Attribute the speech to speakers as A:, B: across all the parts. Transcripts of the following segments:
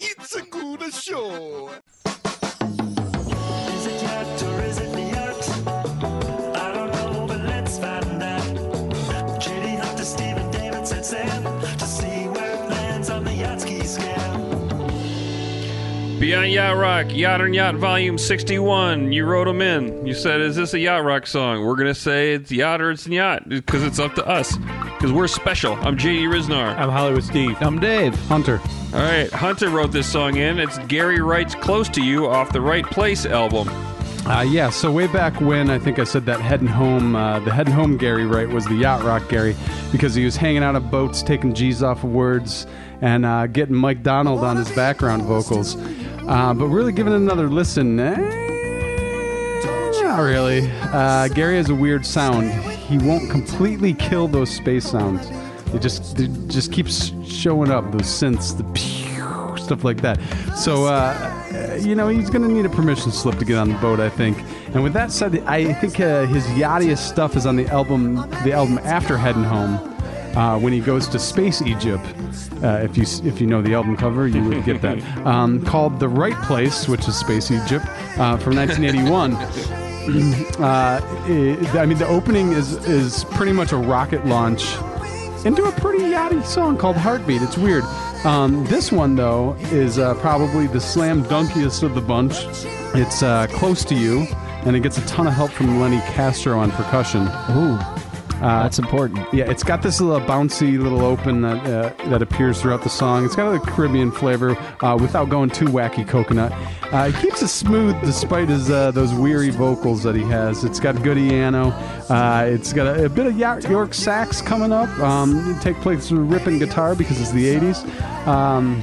A: It's a good show.
B: Is it yacht or is it the yacht? I don't know, but let's find out. J.D. Hunter, Stephen David said sail to see where it lands on the Yachtsky scale.
C: Beyond Yacht Rock, Yacht and Yacht Volume 61. You wrote them in. You said, Is this a Yacht Rock song? We're going to say it's Yacht or it's Yacht because it's up to us. Because we're special. I'm JD Riznar.
D: I'm Hollywood Steve. I'm Dave Hunter.
C: All right, Hunter wrote this song in. It's Gary Wright's Close to You off the Right Place album.
D: Uh, yeah, so way back when I think I said that heading home, uh, the heading home Gary Wright was the yacht rock Gary because he was hanging out on boats, taking G's off of words, and uh, getting Mike Donald on his background vocals. Uh, but really giving it another listen, eh, not really. Uh, Gary has a weird sound. He won't completely kill those space sounds. It just it just keeps showing up those synths, the pew, stuff like that. So. Uh, you know, he's going to need a permission slip to get on the boat, I think. And with that said, I think uh, his yachtiest stuff is on the album, the album after Heading Home, uh, when he goes to Space Egypt. Uh, if you s- if you know the album cover, you would get that. Um, called The Right Place, which is Space Egypt, uh, from 1981. Uh, it, I mean, the opening is is pretty much a rocket launch into a pretty yachty song called Heartbeat. It's weird. Um, this one though is uh, probably the slam dunkiest of the bunch. It's uh, close to you, and it gets a ton of help from Lenny Castro on percussion.
E: Ooh, that's important.
D: Yeah, it's got this little bouncy little open that uh, that appears throughout the song. It's got a Caribbean flavor uh, without going too wacky coconut. Uh, he keeps it smooth despite his uh, those weary vocals that he has. It's got good piano. Uh, it's got a, a bit of York, York sax coming up. Um, it take place with ripping guitar because it's the '80s. Um,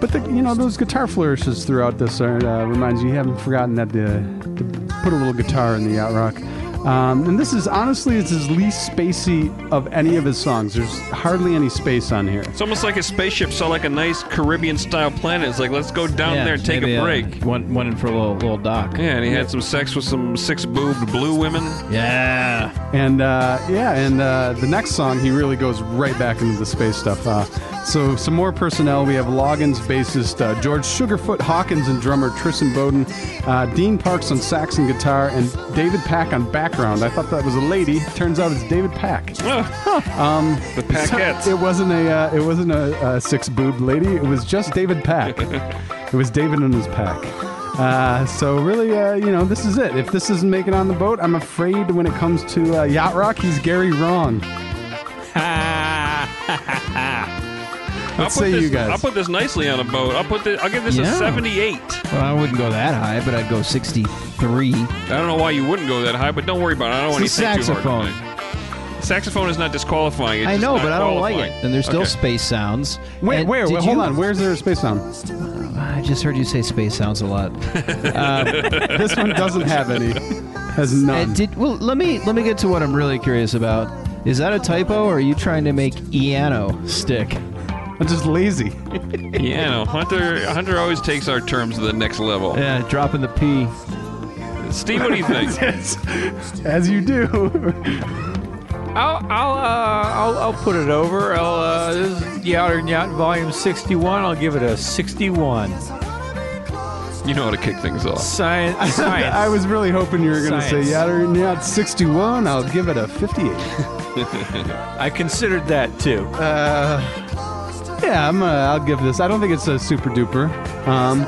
D: but the, you know those guitar flourishes throughout this are uh, reminds you you haven't forgotten that to, to put a little guitar in the yacht rock. Um, and this is honestly it's his least spacey of any of his songs. There's hardly any space on here.
C: It's almost like a spaceship saw like a nice Caribbean style planet. It's like, let's go down
E: Yeah,
C: there and take
E: maybe,
C: a
E: uh,
C: break.
E: went, went in for a little, little doc.
C: yeah, and he had some sex with some six boobed blue women.
E: Yeah.
D: And uh, yeah, and uh, the next song he really goes right back into the space stuff. Uh, so some more personnel. We have Loggins bassist uh, George Sugarfoot Hawkins and drummer Tristan Bowden, uh, Dean Parks on sax and guitar, and David Pack on background. I thought that was a lady. Turns out it's David Pack.
C: The Paquettes.
D: It wasn't a uh, it wasn't a, a six boob lady. It was just David Pack. it was David and his pack. Uh, so really, uh, you know, this is it. If this isn't making on the boat, I'm afraid when it comes to uh, yacht rock, he's Gary wrong.
C: I'll,
D: What
C: put
D: say
C: this,
D: you guys?
C: I'll put this nicely on a boat. I'll put this, I'll give this a
E: Yeah.
C: 78.
E: Well, I wouldn't go that high, but I'd go 63.
C: I don't know why you wouldn't go that high, but don't worry about it. I don't want you to
E: It's a
C: think too
E: saxophone.
C: hard. tonight. Saxophone is not disqualifying. It's
E: I
C: just
E: know,
C: not
E: but I don't like
C: qualifying.
E: it. And there's still
C: Okay.
E: space sounds.
D: Wait,
E: And
D: wait,
E: did
D: wait hold
E: you-
D: on. Where's there a space sound?
E: I just heard you say space sounds a lot.
D: this one doesn't have any. Has none.
E: And Uh, did well. Let me let me get to what I'm really curious about. Is that a typo, or are you trying to make Iano stick?
D: I'm just lazy.
C: Yeah, no. Hunter Hunter always takes our terms to the next level.
E: Yeah, dropping the P.
C: Steve, what do you think?
D: As you do.
F: I'll I'll, uh, I'll I'll put it over. I'll uh, this is Yacht or Yacht Volume 61. I'll give it a 61.
C: you know how to kick things off.
F: Science, science.
D: I was really hoping you were going to say
F: Science.
D: yacht or not 61. I'll give it a 58.
F: I considered that too.
D: Uh, yeah, I'm. Uh, I'll give this. I don't think it's a super duper, um,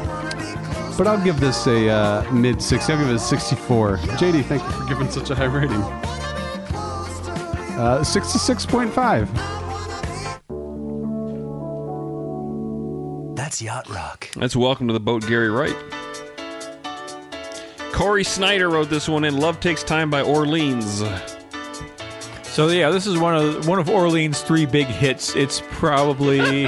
D: but I'll give this a uh, mid 60. I'll give it a 64. JD, thank you for giving such a high rating. Uh, 66.5.
B: That's yacht rock.
C: That's Welcome to the Boat, Gary Wright. Corey Snyder wrote this one in Love Takes Time by Orleans.
F: So yeah, this is one of one of Orlean's three big hits. It's probably.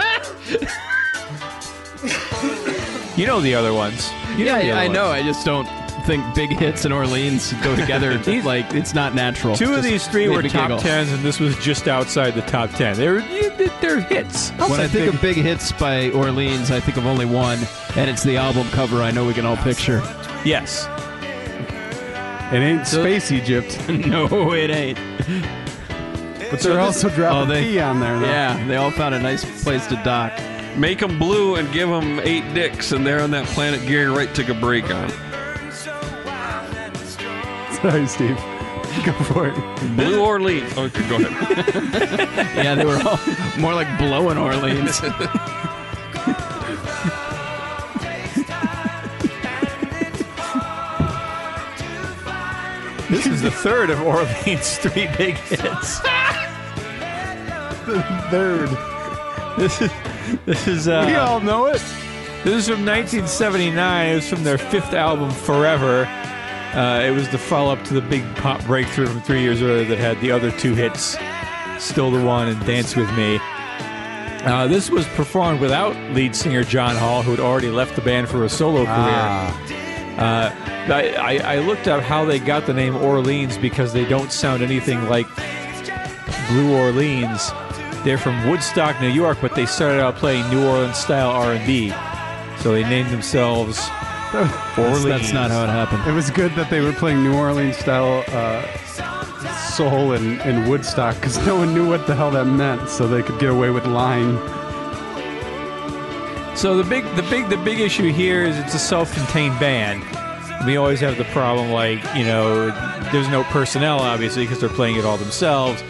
F: you know the other ones. You
E: Yeah,
F: know the other
E: I, I
F: ones.
E: know. I just don't think big hits and Orleans go together. like it's not natural.
F: Two of
E: Just
F: these three
E: made
F: were
E: me
F: top
E: giggle.
F: tens, and this was just outside the top ten. They're they're hits.
E: When I think of big hits by Orleans, I think of only one, and it's the album cover. I know we can all picture.
F: Yes.
D: It ain't Space Egypt,
E: no, it ain't.
D: but they're also dropping
E: Oh, they-
D: P on there. Though.
E: Yeah, they all found a nice place to dock.
C: Make them blue and give them eight dicks, and they're on that planet Gary Wright took a break on.
D: Sorry, Steve. Go for it.
C: Blue Orleans. Okay, go ahead.
E: Yeah, they were all more like blowing Orleans.
F: This is the third of Orleans' three big hits.
D: Third.
F: This is this is
D: We
F: uh,
D: all know it.
F: this is from 1979. It was from their fifth album, Forever. Uh, it was the follow-up to the big pop breakthrough from three years earlier that had the other two hits, "Still the One" and "Dance with Me." Uh, this was performed without lead singer John Hall, who had already left the band for a solo career. Uh, I, I, I looked up how they got the name Orleans because they don't sound anything like Blue Orleans. They're from Woodstock, New York, but they started out playing New Orleans style R and B, so they named themselves Orleans.
E: That's not how it happened.
D: It was good that they were playing New Orleans style uh, soul and, and Woodstock because no one knew what the hell that meant, so they could get away with lying.
F: So the big, the big, the big issue here is it's a self-contained band. We always have the problem, like you know, there's no personnel obviously because they're playing it all themselves.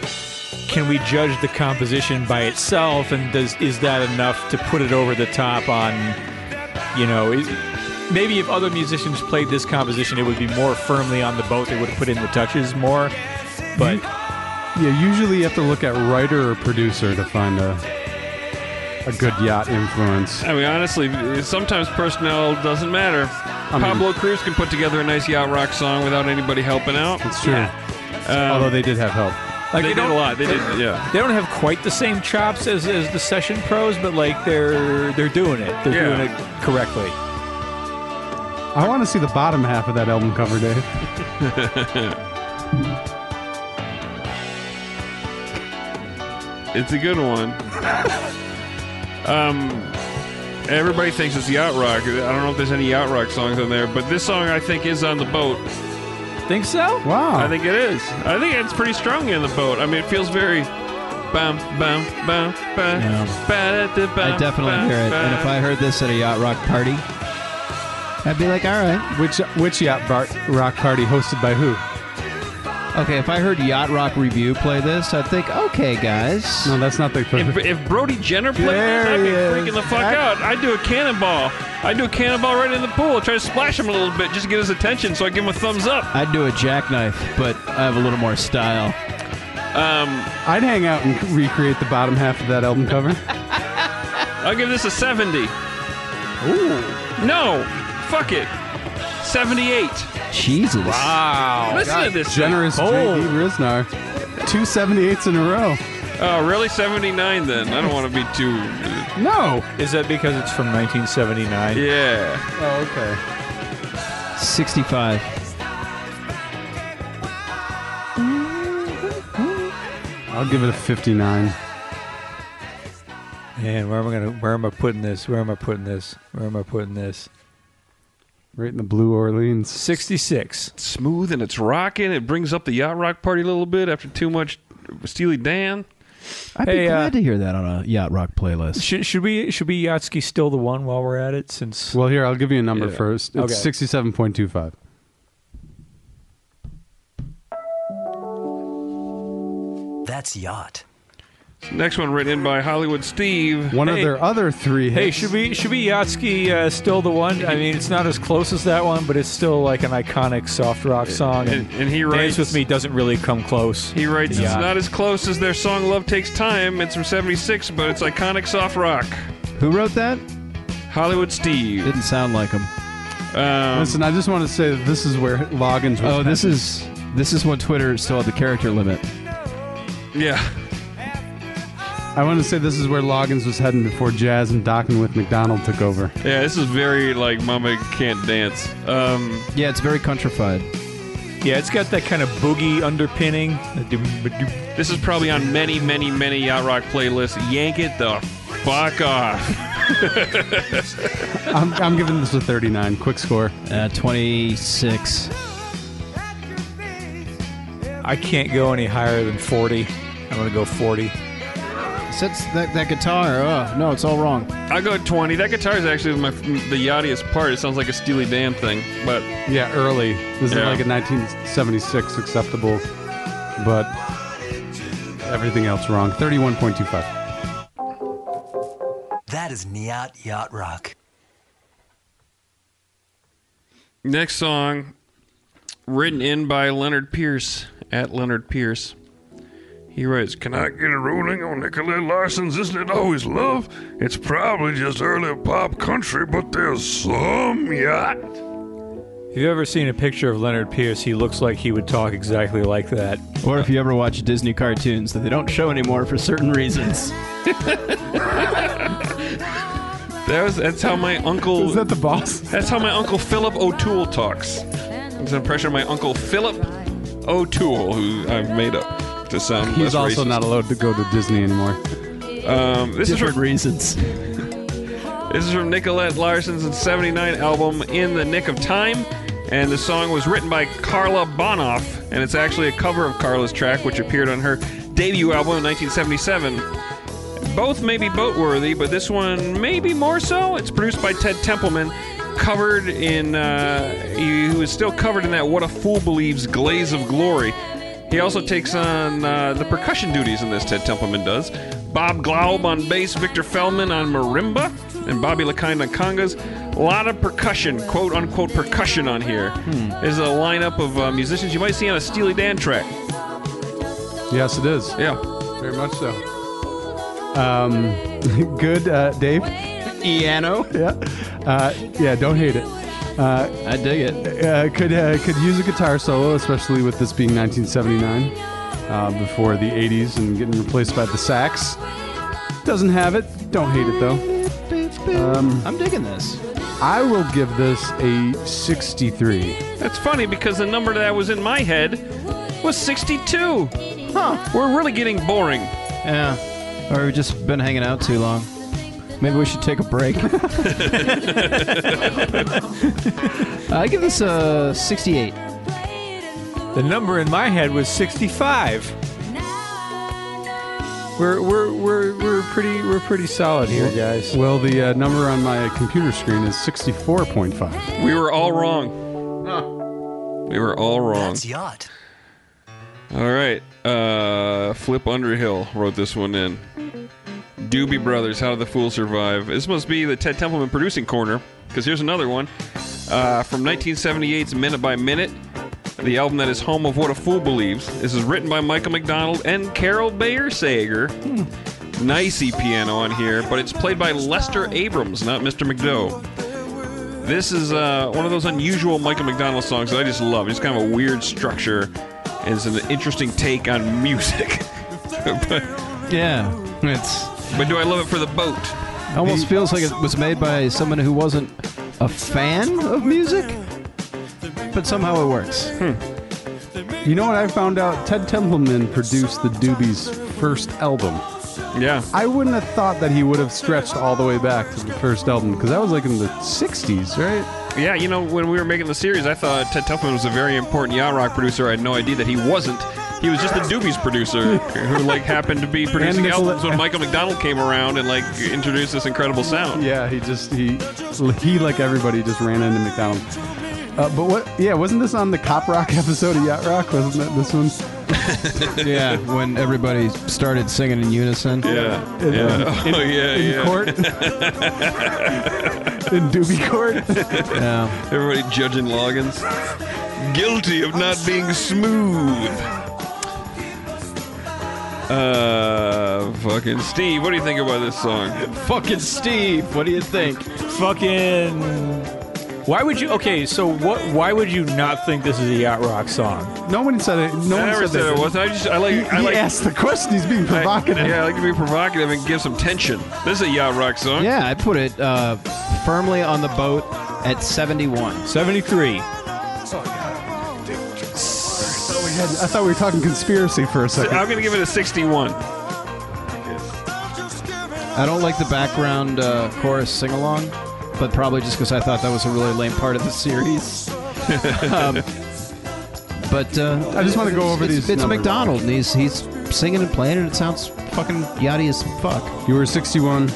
F: Can we judge the composition by itself, and does is that enough to put it over the top? On you know, is, maybe if other musicians played this composition, it would be more firmly on the boat. They would have put in the touches more, but
D: Yeah, usually you have to look at writer or producer to find a a good yacht influence.
C: I mean, honestly, sometimes personnel doesn't matter.
D: mean-
C: Pablo Cruz can put together a nice yacht rock song without anybody helping out.
D: It's true.
C: Um,
D: Although they did have help.
F: like
C: they
F: they
C: did
F: don't-
C: a lot. They did, yeah.
F: they don't have quite the same chops as, as the session pros, but like they're they're doing it. They're
C: Yeah.
F: doing it correctly.
D: I want to see the bottom half of that album cover, Dave.
C: It's a good one. um, everybody thinks it's yacht rock. I don't know if there's any yacht rock songs on there, but this song I think is on the boat.
F: Think so?
D: Wow.
C: I think it is. I think it's pretty strong in the boat. I mean, it feels very. Bum, bum, bum, bum,
E: Yeah. I definitely hear it. And if I heard this at a yacht rock party, I'd be like, all right.
D: which which yacht bar- rock party hosted by who?
E: Okay, if I heard Yacht Rock Review play this, I'd think, okay, guys.
D: No, that's not the.
C: If, if Brody Jenner played this,
D: There
C: I'd be
D: he is.
C: freaking the fuck
D: That-
C: out. I'd do a cannonball. I'd do a cannonball right in the pool. Try to splash him a little bit just to get his attention so I give him a thumbs up.
E: I'd do a jackknife, but I have a little more style.
C: Um,
D: I'd hang out and recreate the bottom half of that album cover.
C: I'll give this a 70. Ooh. No. Fuck it. 78.
E: Jesus.
D: Oh,
F: Wow.
C: Listen to this. thing.
D: Generous J.D. Riznar. Two 78s in a row.
C: Oh, really? 79 then. I don't want to be too.
D: No.
F: Is that because it's from 1979?
C: Yeah.
D: Oh, okay.
E: 65.
D: I'll give it a 59.
F: Man, where am I gonna? Where am I putting this? Where am I putting this? Where am I putting this?
D: Right in the Blue Orleans.
F: 66.
C: It's smooth and it's rocking. It brings up the yacht rock party a little bit after too much Steely Dan.
E: I'd
F: Hey,
E: be
F: uh,
E: glad to hear that on a yacht rock playlist.
F: Should, should we? Should be Yatsky still the one while we're at it? Since
D: Well, here, I'll give you a number
C: Yeah.
D: first. It's
F: Okay.
D: 67.25.
B: That's yacht.
C: Next one written in by Hollywood Steve.
D: One
F: Hey.
D: of their other three
F: hey,
D: hits.
F: should we? Should be Yatsky uh, still the one? I mean, it's not as close as that one, but it's still like an iconic soft rock song.
C: And, and he writes
F: Dance with Me doesn't really come close.
C: He writes,
F: Yeah.
C: it's not as close as their song Love Takes Time. It's from 76, but it's iconic soft rock.
E: Who wrote that?
C: Hollywood Steve.
E: Didn't sound like him.
C: Um,
D: Listen, I just want to say that this is where Loggins was.
E: Oh, this is this is when Twitter still had the character limit.
C: yeah.
D: I want to say this is where Loggins was heading before Jazz and Docking with McDonald took over.
C: Yeah, this is very like Mama Can't Dance. Um,
E: Yeah, it's very countrified.
F: Yeah, it's got that kind of boogie underpinning.
C: this is probably on many, many, many Yacht Rock playlists. Yank it the fuck off.
D: I'm, I'm giving this a 39. Quick score.
E: Uh, 26.
F: I can't go any higher than 40. I'm gonna go 40.
E: Since that, that guitar, oh, no, it's all wrong.
C: I go 20. That guitar is actually my the yachtiest part. It sounds like a Steely Dan thing, but
D: Yeah, early. This
C: Yeah.
D: is like a 1976 acceptable, but everything else wrong. 31.25.
B: That is Nyat Yacht Rock.
C: Next song, written in by Leonard Pierce at Leonard Pierce. He writes, "Can I get a ruling on Nicolette Larson's? Isn't it always love? It's probably just early pop country, but there's some yacht."
F: If you've ever seen a picture of Leonard Pierce, he looks like he would talk exactly like that.
E: Or if you ever watch Disney cartoons that they don't show anymore for certain reasons.
C: That was that's how my uncle.
D: Is that the boss?
C: that's how my uncle Philip O'Toole talks. It's an impression of my uncle Philip O'Toole, who I've made up to sound. less
D: He's also
C: racist.
D: not allowed to go to Disney anymore.
C: Um, this is from
E: Different reasons.
C: This is from Nicolette Larson's 79 album, In the Nick of Time. And the song was written by Carla Bonoff. And it's actually a cover of Carla's track, which appeared on her debut album in 1977. Both may be boatworthy, but this one maybe more so. It's produced by Ted Templeman, covered in, uh, he, he was still covered in that What a Fool Believes glaze of glory. He also takes on uh, the percussion duties in this, Ted Templeman does. Bob Glaub on bass, Victor Feldman on marimba, and Bobby Lakind on congas. A lot of percussion, quote unquote percussion on here. There's a lineup of uh, musicians you might see on a Steely Dan track.
D: Yes, it is.
C: Yeah.
D: Very much so. Um, good, uh, Dave.
E: Iano?
D: Yeah, uh, yeah. Don't hate it. Uh,
E: I dig it.
D: uh, could uh, could use a guitar solo, especially with this being 1979, uh, before the 80s and getting replaced by the sax. Doesn't have it. Don't hate it though.
E: I'm digging this.
D: I will give this a 63.
C: That's funny because the number that was in my head was 62. Huh. We're really getting boring.
E: Yeah. Or we've just been hanging out too long. Maybe we should take a break. I give this a 68.
F: The number in my head was 65. We're we're we're we're pretty we're pretty solid here, guys.
D: Well, the uh, number on my computer screen is 64.5.
C: We were all wrong. We were all wrong.
B: That's Yacht.
C: All right. Uh, Flip Underhill wrote this one in. Doobie Brothers, How Did the Fool Survive? This must be the Ted Templeman producing corner because here's another one uh, from 1978's Minute by Minute, the album that is home of What a Fool Believes. This is written by Michael McDonald and Carol Bayer Sager. Nicey piano on here, but it's played by Lester Abrams, not Mr. McDo. This is uh, one of those unusual Michael McDonald songs that I just love. It's kind of a weird structure, and it's an interesting take on music. but,
E: Yeah. It's
C: but do I love it for the boat?
E: almost feels like it was made by someone who wasn't a fan of music, but somehow it works.
D: You know what I found out? Ted Templeman produced the Doobies' first album.
C: Yeah.
D: I wouldn't have thought that he would have stretched all the way back to the first album because that was like in the 60s, right?
C: Yeah, you know, when we were making the series, I thought Ted Tuffman was a very important yacht rock producer. I had no idea that he wasn't. He was just the Doobies producer who, like, happened to be producing
D: Nicola-
C: albums when Michael McDonald came around and, like, introduced this incredible sound.
D: Yeah, he just he he like everybody just ran into McDonald. Uh, but what? Yeah, wasn't this on the Cop Rock episode of Yacht Rock? Wasn't that this one?
E: Yeah, when everybody started singing in unison.
C: Yeah. Yeah. Oh, yeah,
D: in
C: yeah.
D: court, in Doobie court.
E: Yeah.
C: Everybody judging Loggins. Guilty of not being smooth. Uh, fucking Steve, what do you think about this song?
E: Fucking Steve, what do you think?
F: Fucking. Why would you? Okay, so what? Why would you not think this is a yacht rock song?
D: No one said it. No
C: I
D: one
C: never
D: said,
C: said
D: that.
C: it wasn't. I just, I like,
D: He,
C: I
D: he
C: like
D: asked the question. He's being provocative.
C: I, yeah, I like to be provocative and give some tension. This is a yacht rock song.
E: Yeah, I put it uh, firmly on the boat at 71.
F: Seventy-three.
D: Oh, we had- I thought we were talking conspiracy for a second.
C: I'm gonna give it a 61.
E: I don't like the background uh, chorus sing along, but probably just because I thought that was a really lame part of the series. um, but uh,
D: I just wanna go over
E: it's-
D: these
E: It's
D: numbers.
E: McDonald, and he's he's singing and playing, and it sounds fucking yachty as fuck.
D: You were 61.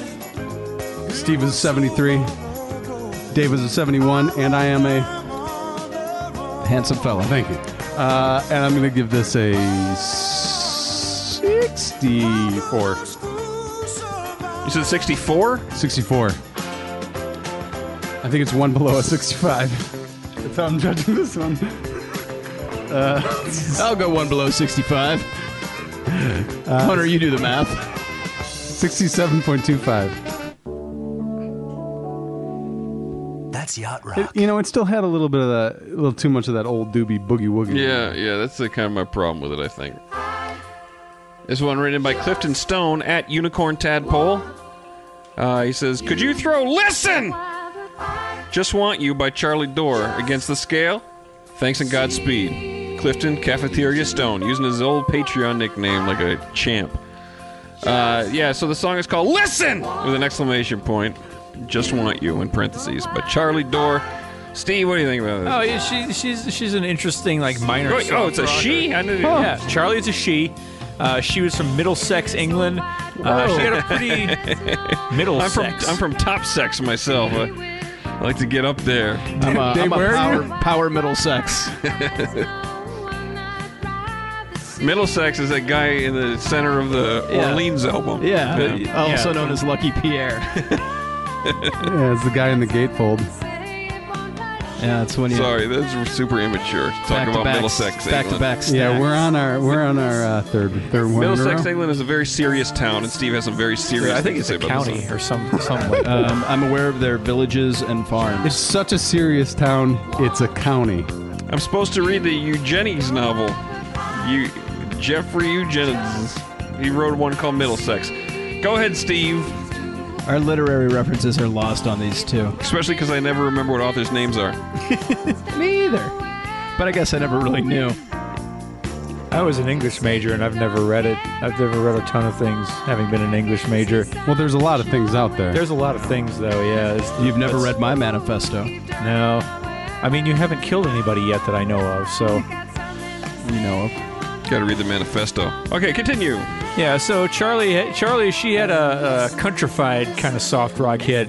D: Steve is 73. Dave is a 71, and I am a.
E: Handsome fella.
D: Thank you. Uh, and I'm going to give this a 64.
C: You said 64?
D: 64. I think it's one below a 65. That's how I'm judging this one. Uh,
E: I'll go one below 65. Hunter, you do the math.
D: 67.25.
B: That's yacht rock.
D: It, you know, it still had a little bit of that, a little too much of that old doobie boogie woogie.
C: Yeah, yeah, that's the kind of my problem with it, I think. This one written by Clifton Stone at Unicorn Tadpole. Uh, he says, Could you throw Listen? Just Want You by Charlie Dore against the scale? Thanks and Godspeed. Clifton Cafeteria Stone, using his old Patreon nickname like a champ. Uh, yeah, so the song is called Listen! with an exclamation point. Just Want You in parentheses by Charlie Dore. Steve, what do you think about this?
F: Oh, yeah, she, she's she's an interesting like minor.
C: Oh, oh, it's a
F: soft rocker.
C: she? Oh. I didn't even-
F: Yeah, Charlie is a she. Uh, she was from Middlesex, England. Uh, she had a pretty
C: I'm from
F: Middlesex.
C: I'm from top sex myself. I, I like to get up there.
E: I'm a,
D: Dave,
E: I'm a
D: where are
E: power, power middle sex.
C: Middlesex is that guy in the center of the
E: Yeah.
C: Orleans album. Uh,
E: Yeah. Uh, Also
F: Yeah.
E: known as Lucky Pierre.
D: Yeah, it's the guy in the gatefold.
E: yeah, that's when you.
C: Sorry, that's super immature. to Talk
E: Back to
C: about
E: back.
C: Middlesex,
E: Back to
C: England.
E: back.
D: Yeah,
E: stacks.
D: we're on our we're on our uh, third third one. in a
C: Middlesex,
D: row.
C: England is a very serious town, and Steve has some very serious.
F: I think it's
C: things to
F: a
C: say about this
F: county
C: song.
F: or some something. Like that.
E: Um, I'm aware of their villages and farms.
D: It's such a serious town. It's a county.
C: I'm supposed to read the Eugenics novel. You, Jeffrey Eugenides. He wrote one called Middlesex. Go ahead, Steve.
E: Our literary references are lost on these two.
C: Especially because I never remember what authors' names are.
E: Me either. But I guess I never really knew.
F: I was an English major and I've never read it. I've never read a ton of things, having been an English major.
D: Well, there's a lot of things out there.
F: There's a lot of things though. Yeah, it's-
E: You've never
F: that's-
E: read my manifesto.
F: No, I mean you haven't killed anybody yet that I know of. So
E: You know.
C: Got to read the manifesto. Okay, continue.
F: yeah, so Charlie, Charlie, she had a, a countrified kind of soft rock hit.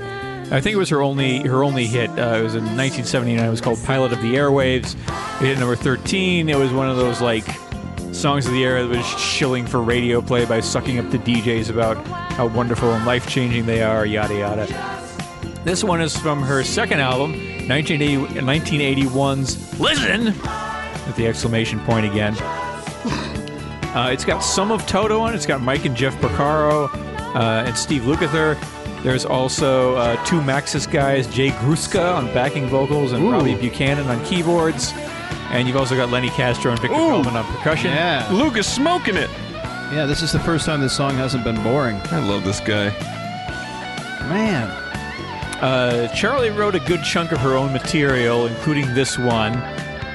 F: I think it was her only her only hit. Uh, it was in 1979. It was called "Pilot of the Airwaves." It hit number 13. It was one of those like songs of the era that was shilling for radio play by sucking up the DJs about how wonderful and life changing they are. Yada yada. This one is from her second album, 1980, 1981's Listen! With the exclamation point again. Uh, it's got some of Toto on it. It's got Mike and Jeff Porcaro uh, and Steve Lukather. There's also uh, two Maxis guys, Jay Gruska on backing vocals and Robbie Buchanan on keyboards. And you've also got Lenny Castro and Victor Feldman on percussion.
E: Yeah.
C: Luke is smoking it.
E: Yeah, this is the first time this song hasn't been boring.
C: I love this guy.
E: Man.
F: Uh, Charlie wrote a good chunk of her own material, including this one.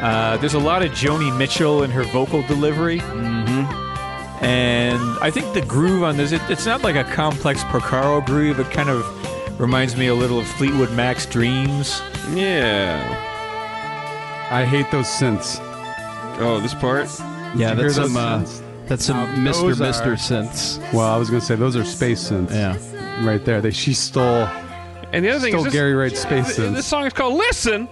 F: Uh, there's a lot of Joni Mitchell in her vocal delivery. Mm-hmm. And I think the groove on this, it, it's not like a complex Porcaro groove. It kind of reminds me a little of Fleetwood Mac's Dreams.
C: Yeah.
D: I hate those synths.
C: Oh, this part?
E: Yeah,
D: Did you
E: that's
D: hear
E: some, uh,
D: those synths?
E: that's some Mr.
D: those
E: Mr.
D: are-
E: Synths.
D: Well, I was gonna say those are space synths.
E: Yeah.
D: Right there. They she stole
C: And the other thing
D: stole
C: is this,
D: Gary Wright's space
C: th-
D: synths.
C: this song is called Listen,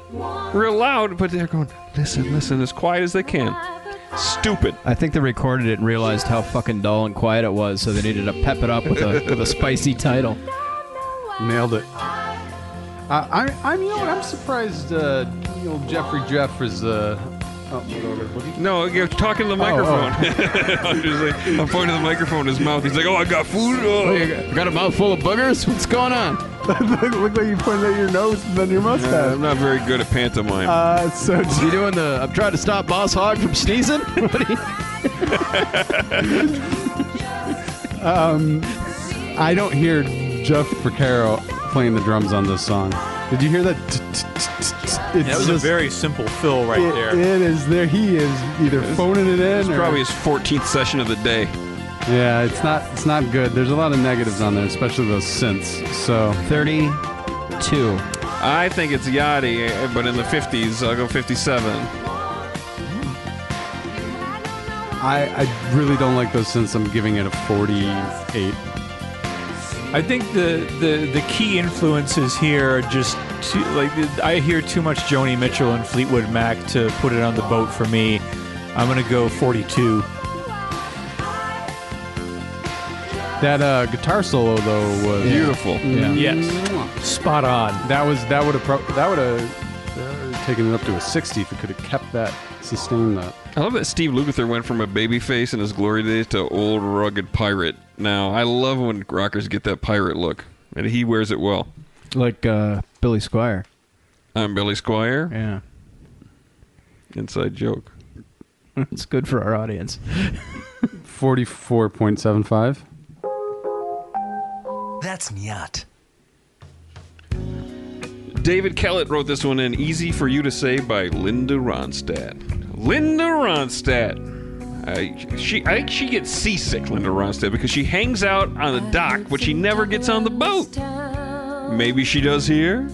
C: real loud, but they're going, listen, listen, as quiet as they can. Stupid.
E: I think they recorded it and realized how fucking dull and quiet it was, so they needed to pep it up with a, with a spicy title.
D: Nailed it. I, I, I'm, you know what? I'm surprised uh, old Jeffrey Jeff is. Uh, oh,
C: No, you're talking to the microphone. I'm, just like, I'm pointing to the microphone in his mouth. He's like, oh, I got food. Oh, yeah.
E: Got a mouthful of boogers? What's going on?
D: look, look like you pointed at your nose and then your mustache.
C: I'm not very good at pantomime.
D: Uh, so
E: You doing the I'm trying to stop Boss Hog from sneezing? What are you-
D: I don't hear Jeff Porcaro playing the drums on this song. Did you hear that? T- t- t- t- It's
F: That was a
D: just-
F: very simple fill right
D: it-
F: there.
D: it is there. He is either phoning it in
C: it's
D: or
C: probably his 14th session of the day.
D: yeah. It's not. It's not good. There's a lot of negatives on there, especially those synths. So
E: 32.
C: I think it's Yachty, eh, but in the 50s, I'll go 57.
D: I, I really don't like those since I'm giving it a 48.
F: I think the, the, the key influences here are just too, like I hear too much Joni Mitchell and Fleetwood Mac to put it on the boat for me. I'm gonna go 42.
D: That uh, guitar solo though was
C: Beautiful.
D: Yeah.
F: Yes, spot on.
D: That was that would have pro- that would have uh, taken it up to a 60 if it could have kept that sustained that.
C: I love that Steve Lukather went from a baby face in his glory days to old rugged pirate. Now I love when rockers get that pirate look, and he wears it well.
E: Like uh, Billy Squire.
C: I'm Billy Squire.
E: Yeah.
C: Inside joke.
E: it's good for our audience.
D: 44.75.
B: That's Nyat.
C: David Kellett wrote this one in Easy for You to Say by Linda Ronstadt. Linda Ronstadt. I, she I think she gets seasick, Linda Ronstadt, because she hangs out on the dock, but she never gets on the boat. Maybe she does here.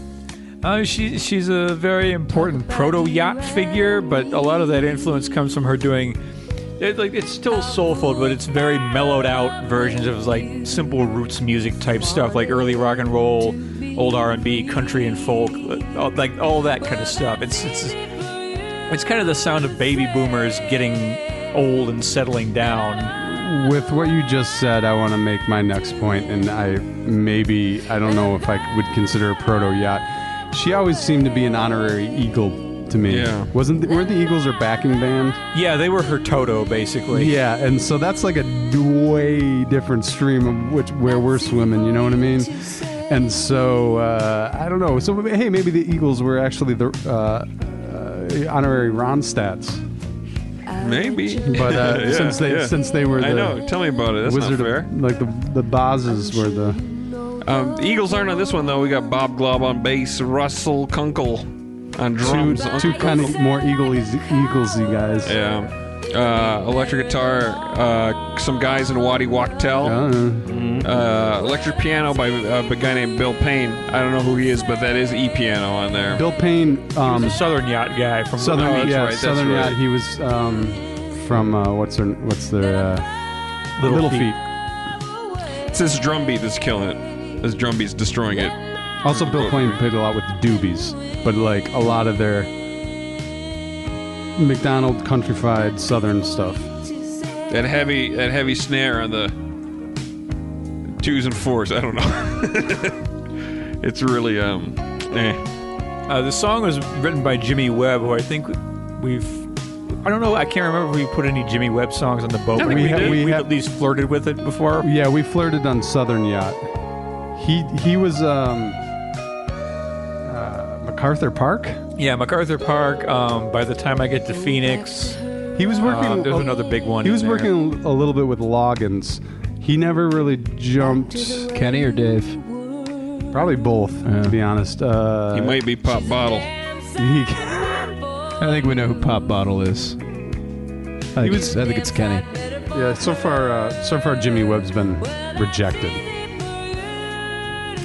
F: Uh, she, she's a very important proto yacht figure, but a lot of that influence comes from her doing. It, like it's still soulful, but it's very mellowed out versions of like simple roots music type stuff, like early rock and roll, old R and B, country and folk, uh, all- like all that kind of stuff. It's it's it's kind of the sound of baby boomers getting old and settling down.
D: With what you just said, I want to make my next point, and I maybe I don't know if I would consider a proto yacht. She always seemed to be an honorary eagle to me.
C: Yeah.
D: Wasn't the, weren't the Eagles her backing band?
F: Yeah, they were her Toto basically.
D: Yeah, and so that's like a d- way different stream of which where we're swimming. You know what I mean? And so uh, I don't know. So hey, maybe the Eagles were actually the uh, uh, honorary Ronstats,
C: Maybe.
D: but uh,
C: Yeah,
D: since they
C: yeah.
D: since they were the
C: I know. Tell me about it. That's
D: Wizard
C: not fair.
D: of, like the the Bozes were the
C: Um, the Eagles aren't on this one though. We got Bob Glob on bass, Russell Kunkel on
D: two
C: drums.
D: two kind of more eagles eaglesy guys.
C: yeah. Uh, electric guitar, uh, some guys in Waddy Wachtel.
D: Uh,
C: Uh, electric piano by uh, a guy named Bill Payne. I don't know who he is, but that is e piano on there.
D: Bill Payne, um,
F: Southern yacht guy from
D: Southern
C: Oh, that's
D: yeah,
C: right, that's
D: Southern
C: right.
D: Yacht. He was um, from uh, what's their what's their uh, Little Feet.
C: It's this drum beat that's killing it. This drum beat's destroying it.
D: Also, Bill Plain played a lot with the Doobies, but like a lot of their McDonald countrified Southern stuff.
C: That heavy, that heavy snare on the twos and fours. I don't know. it's really um, eh.
F: Uh, the song was written by Jimmy Webb, who I think we've. I don't know. I can't remember if we put any Jimmy Webb songs on the boat.
C: I
F: but
C: think we
F: have,
C: did.
D: We
F: we've
D: have-
F: at least flirted with it before.
D: Yeah, we flirted on Southern Yacht. He he was um, uh, MacArthur Park.
F: Yeah, MacArthur Park. Um, by the time I get to Phoenix,
D: He was working.
F: um, there's another big one.
D: He
F: in
D: was
F: there.
D: working a little bit with Loggins. He never really jumped.
E: Kenny or Dave?
D: Probably both, to be honest. Uh,
C: He might be pop bottle.
D: he-
E: I think we know who Pop Bottle is. I think,
D: was-
E: I think it's Kenny.
D: yeah. So far, uh, so far, Jimmy Webb's been rejected.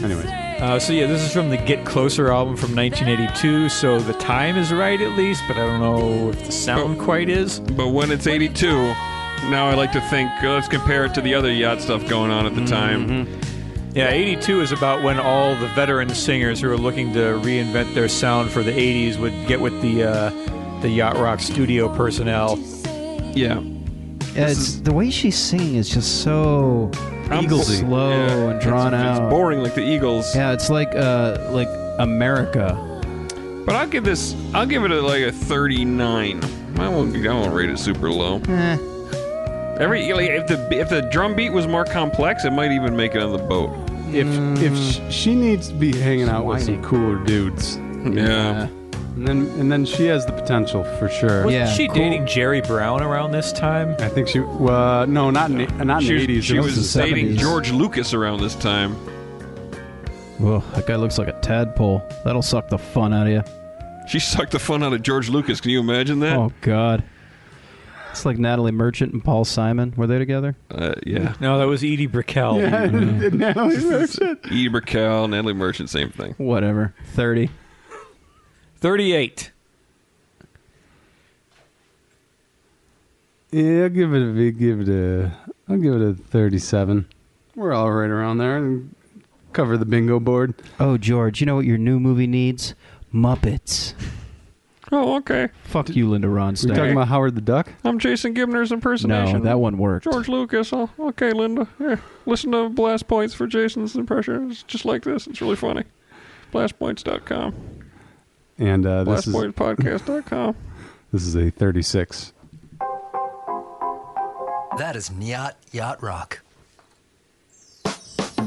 D: Anyways.
F: Uh, so yeah, this is from the Get Closer album from 1982. So the time is right at least, but I don't know if the sound
C: Oh.
F: quite is.
C: But when it's 82, now I like to think uh, let's compare it to the other yacht stuff going on at the
E: Mm-hmm.
C: time.
F: Yeah, 82 is about when all the veteran singers who are looking to reinvent their sound for the 80s would get with the uh, the yacht rock studio personnel.
C: Yeah.
E: Yeah, it's, the way she's singing is just so
C: Eagles-y.
E: slow
C: Yeah.
E: and drawn
C: it's,
E: out.
C: It's boring like the Eagles.
E: Yeah, it's like uh, like America.
C: But I'll give this. I'll give it a, like a 39. I won't. I won't rate it super low.
E: Eh.
C: Every like, if the if the drum beat was more complex, it might even make it on the boat.
D: If if sh- she needs to be hanging out with some
E: whining.
D: cooler dudes,
C: Yeah.
D: and then and then she has the potential for sure.
E: Yeah,
F: Wasn't she
E: cool.
F: dating Jerry Brown around this time?
D: I think she. Uh, no, not in the, not
C: She
D: in the
C: was,
D: eighties.
C: she was
E: the
C: dating
E: 70s.
C: George Lucas around this time.
E: Well, that guy looks like a tadpole. That'll suck the fun out of you.
C: She sucked the fun out of George Lucas. Can you imagine that?
E: Oh God. It's like Natalie Merchant and Paul Simon. Were they together?
C: Uh, yeah.
F: No, that was Edie Brickell.
C: Eber Cal, Natalie Merchant, same thing.
E: Whatever. Thirty.
F: 38.
D: Yeah, I'll give it a big, give it a, I'll give it a 37. We're all right around there and cover the bingo board.
G: Oh, George, you know what your new movie needs? Muppets.
C: Oh, okay.
E: Fuck you, Linda
D: We
E: Ronstadt.
D: talking about Howard the Duck?
C: I'm Jason Gibner's impersonation.
E: no, that one worked.
C: George Lucas. Oh, okay, Linda. Here, listen to Blast Points for Jason's impression. It's just like this. It's really funny. Blastpoints.com.
D: And uh, this is
C: Blastpointspodcast.com.
D: this is a 36.
H: That is Nyat Yacht Rock.
B: Was it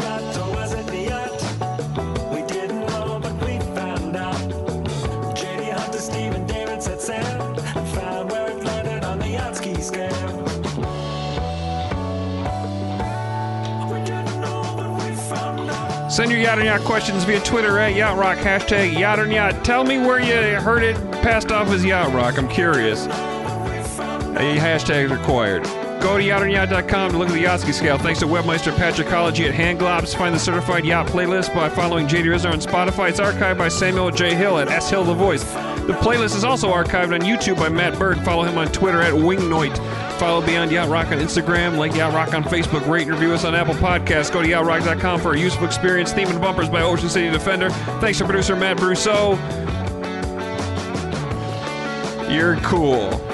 B: yacht or was it the yacht? We didn't know, but we found out. J.D. Hunter, Stephen David set sail and found where it landed on the Yachtsky scale. We didn't know, but we found out.
C: Send your Yacht and Yacht questions via Twitter at Yacht Rock, hashtag Yacht and Yacht. Tell me where you heard it passed off as Yacht Rock. I'm curious. A hashtag is required. Go to yachtandyacht.com to look at the Yachtsky scale. Thanks to Webmeister Patrick Ecology at Handglobs. Find the certified yacht playlist by following JD Rizzo on Spotify. It's archived by Samuel J. Hill at S. Hill The Voice. The playlist is also archived on YouTube by Matt Bird. Follow him on Twitter at Wingnoit. Follow Beyond Yacht Rock on Instagram. Like Yacht Rock on Facebook. Rate and review us on Apple Podcasts. Go to yachtrock.com for a useful experience. Theme and bumpers by Ocean City Defender. Thanks to producer Matt Brousseau. You're cool.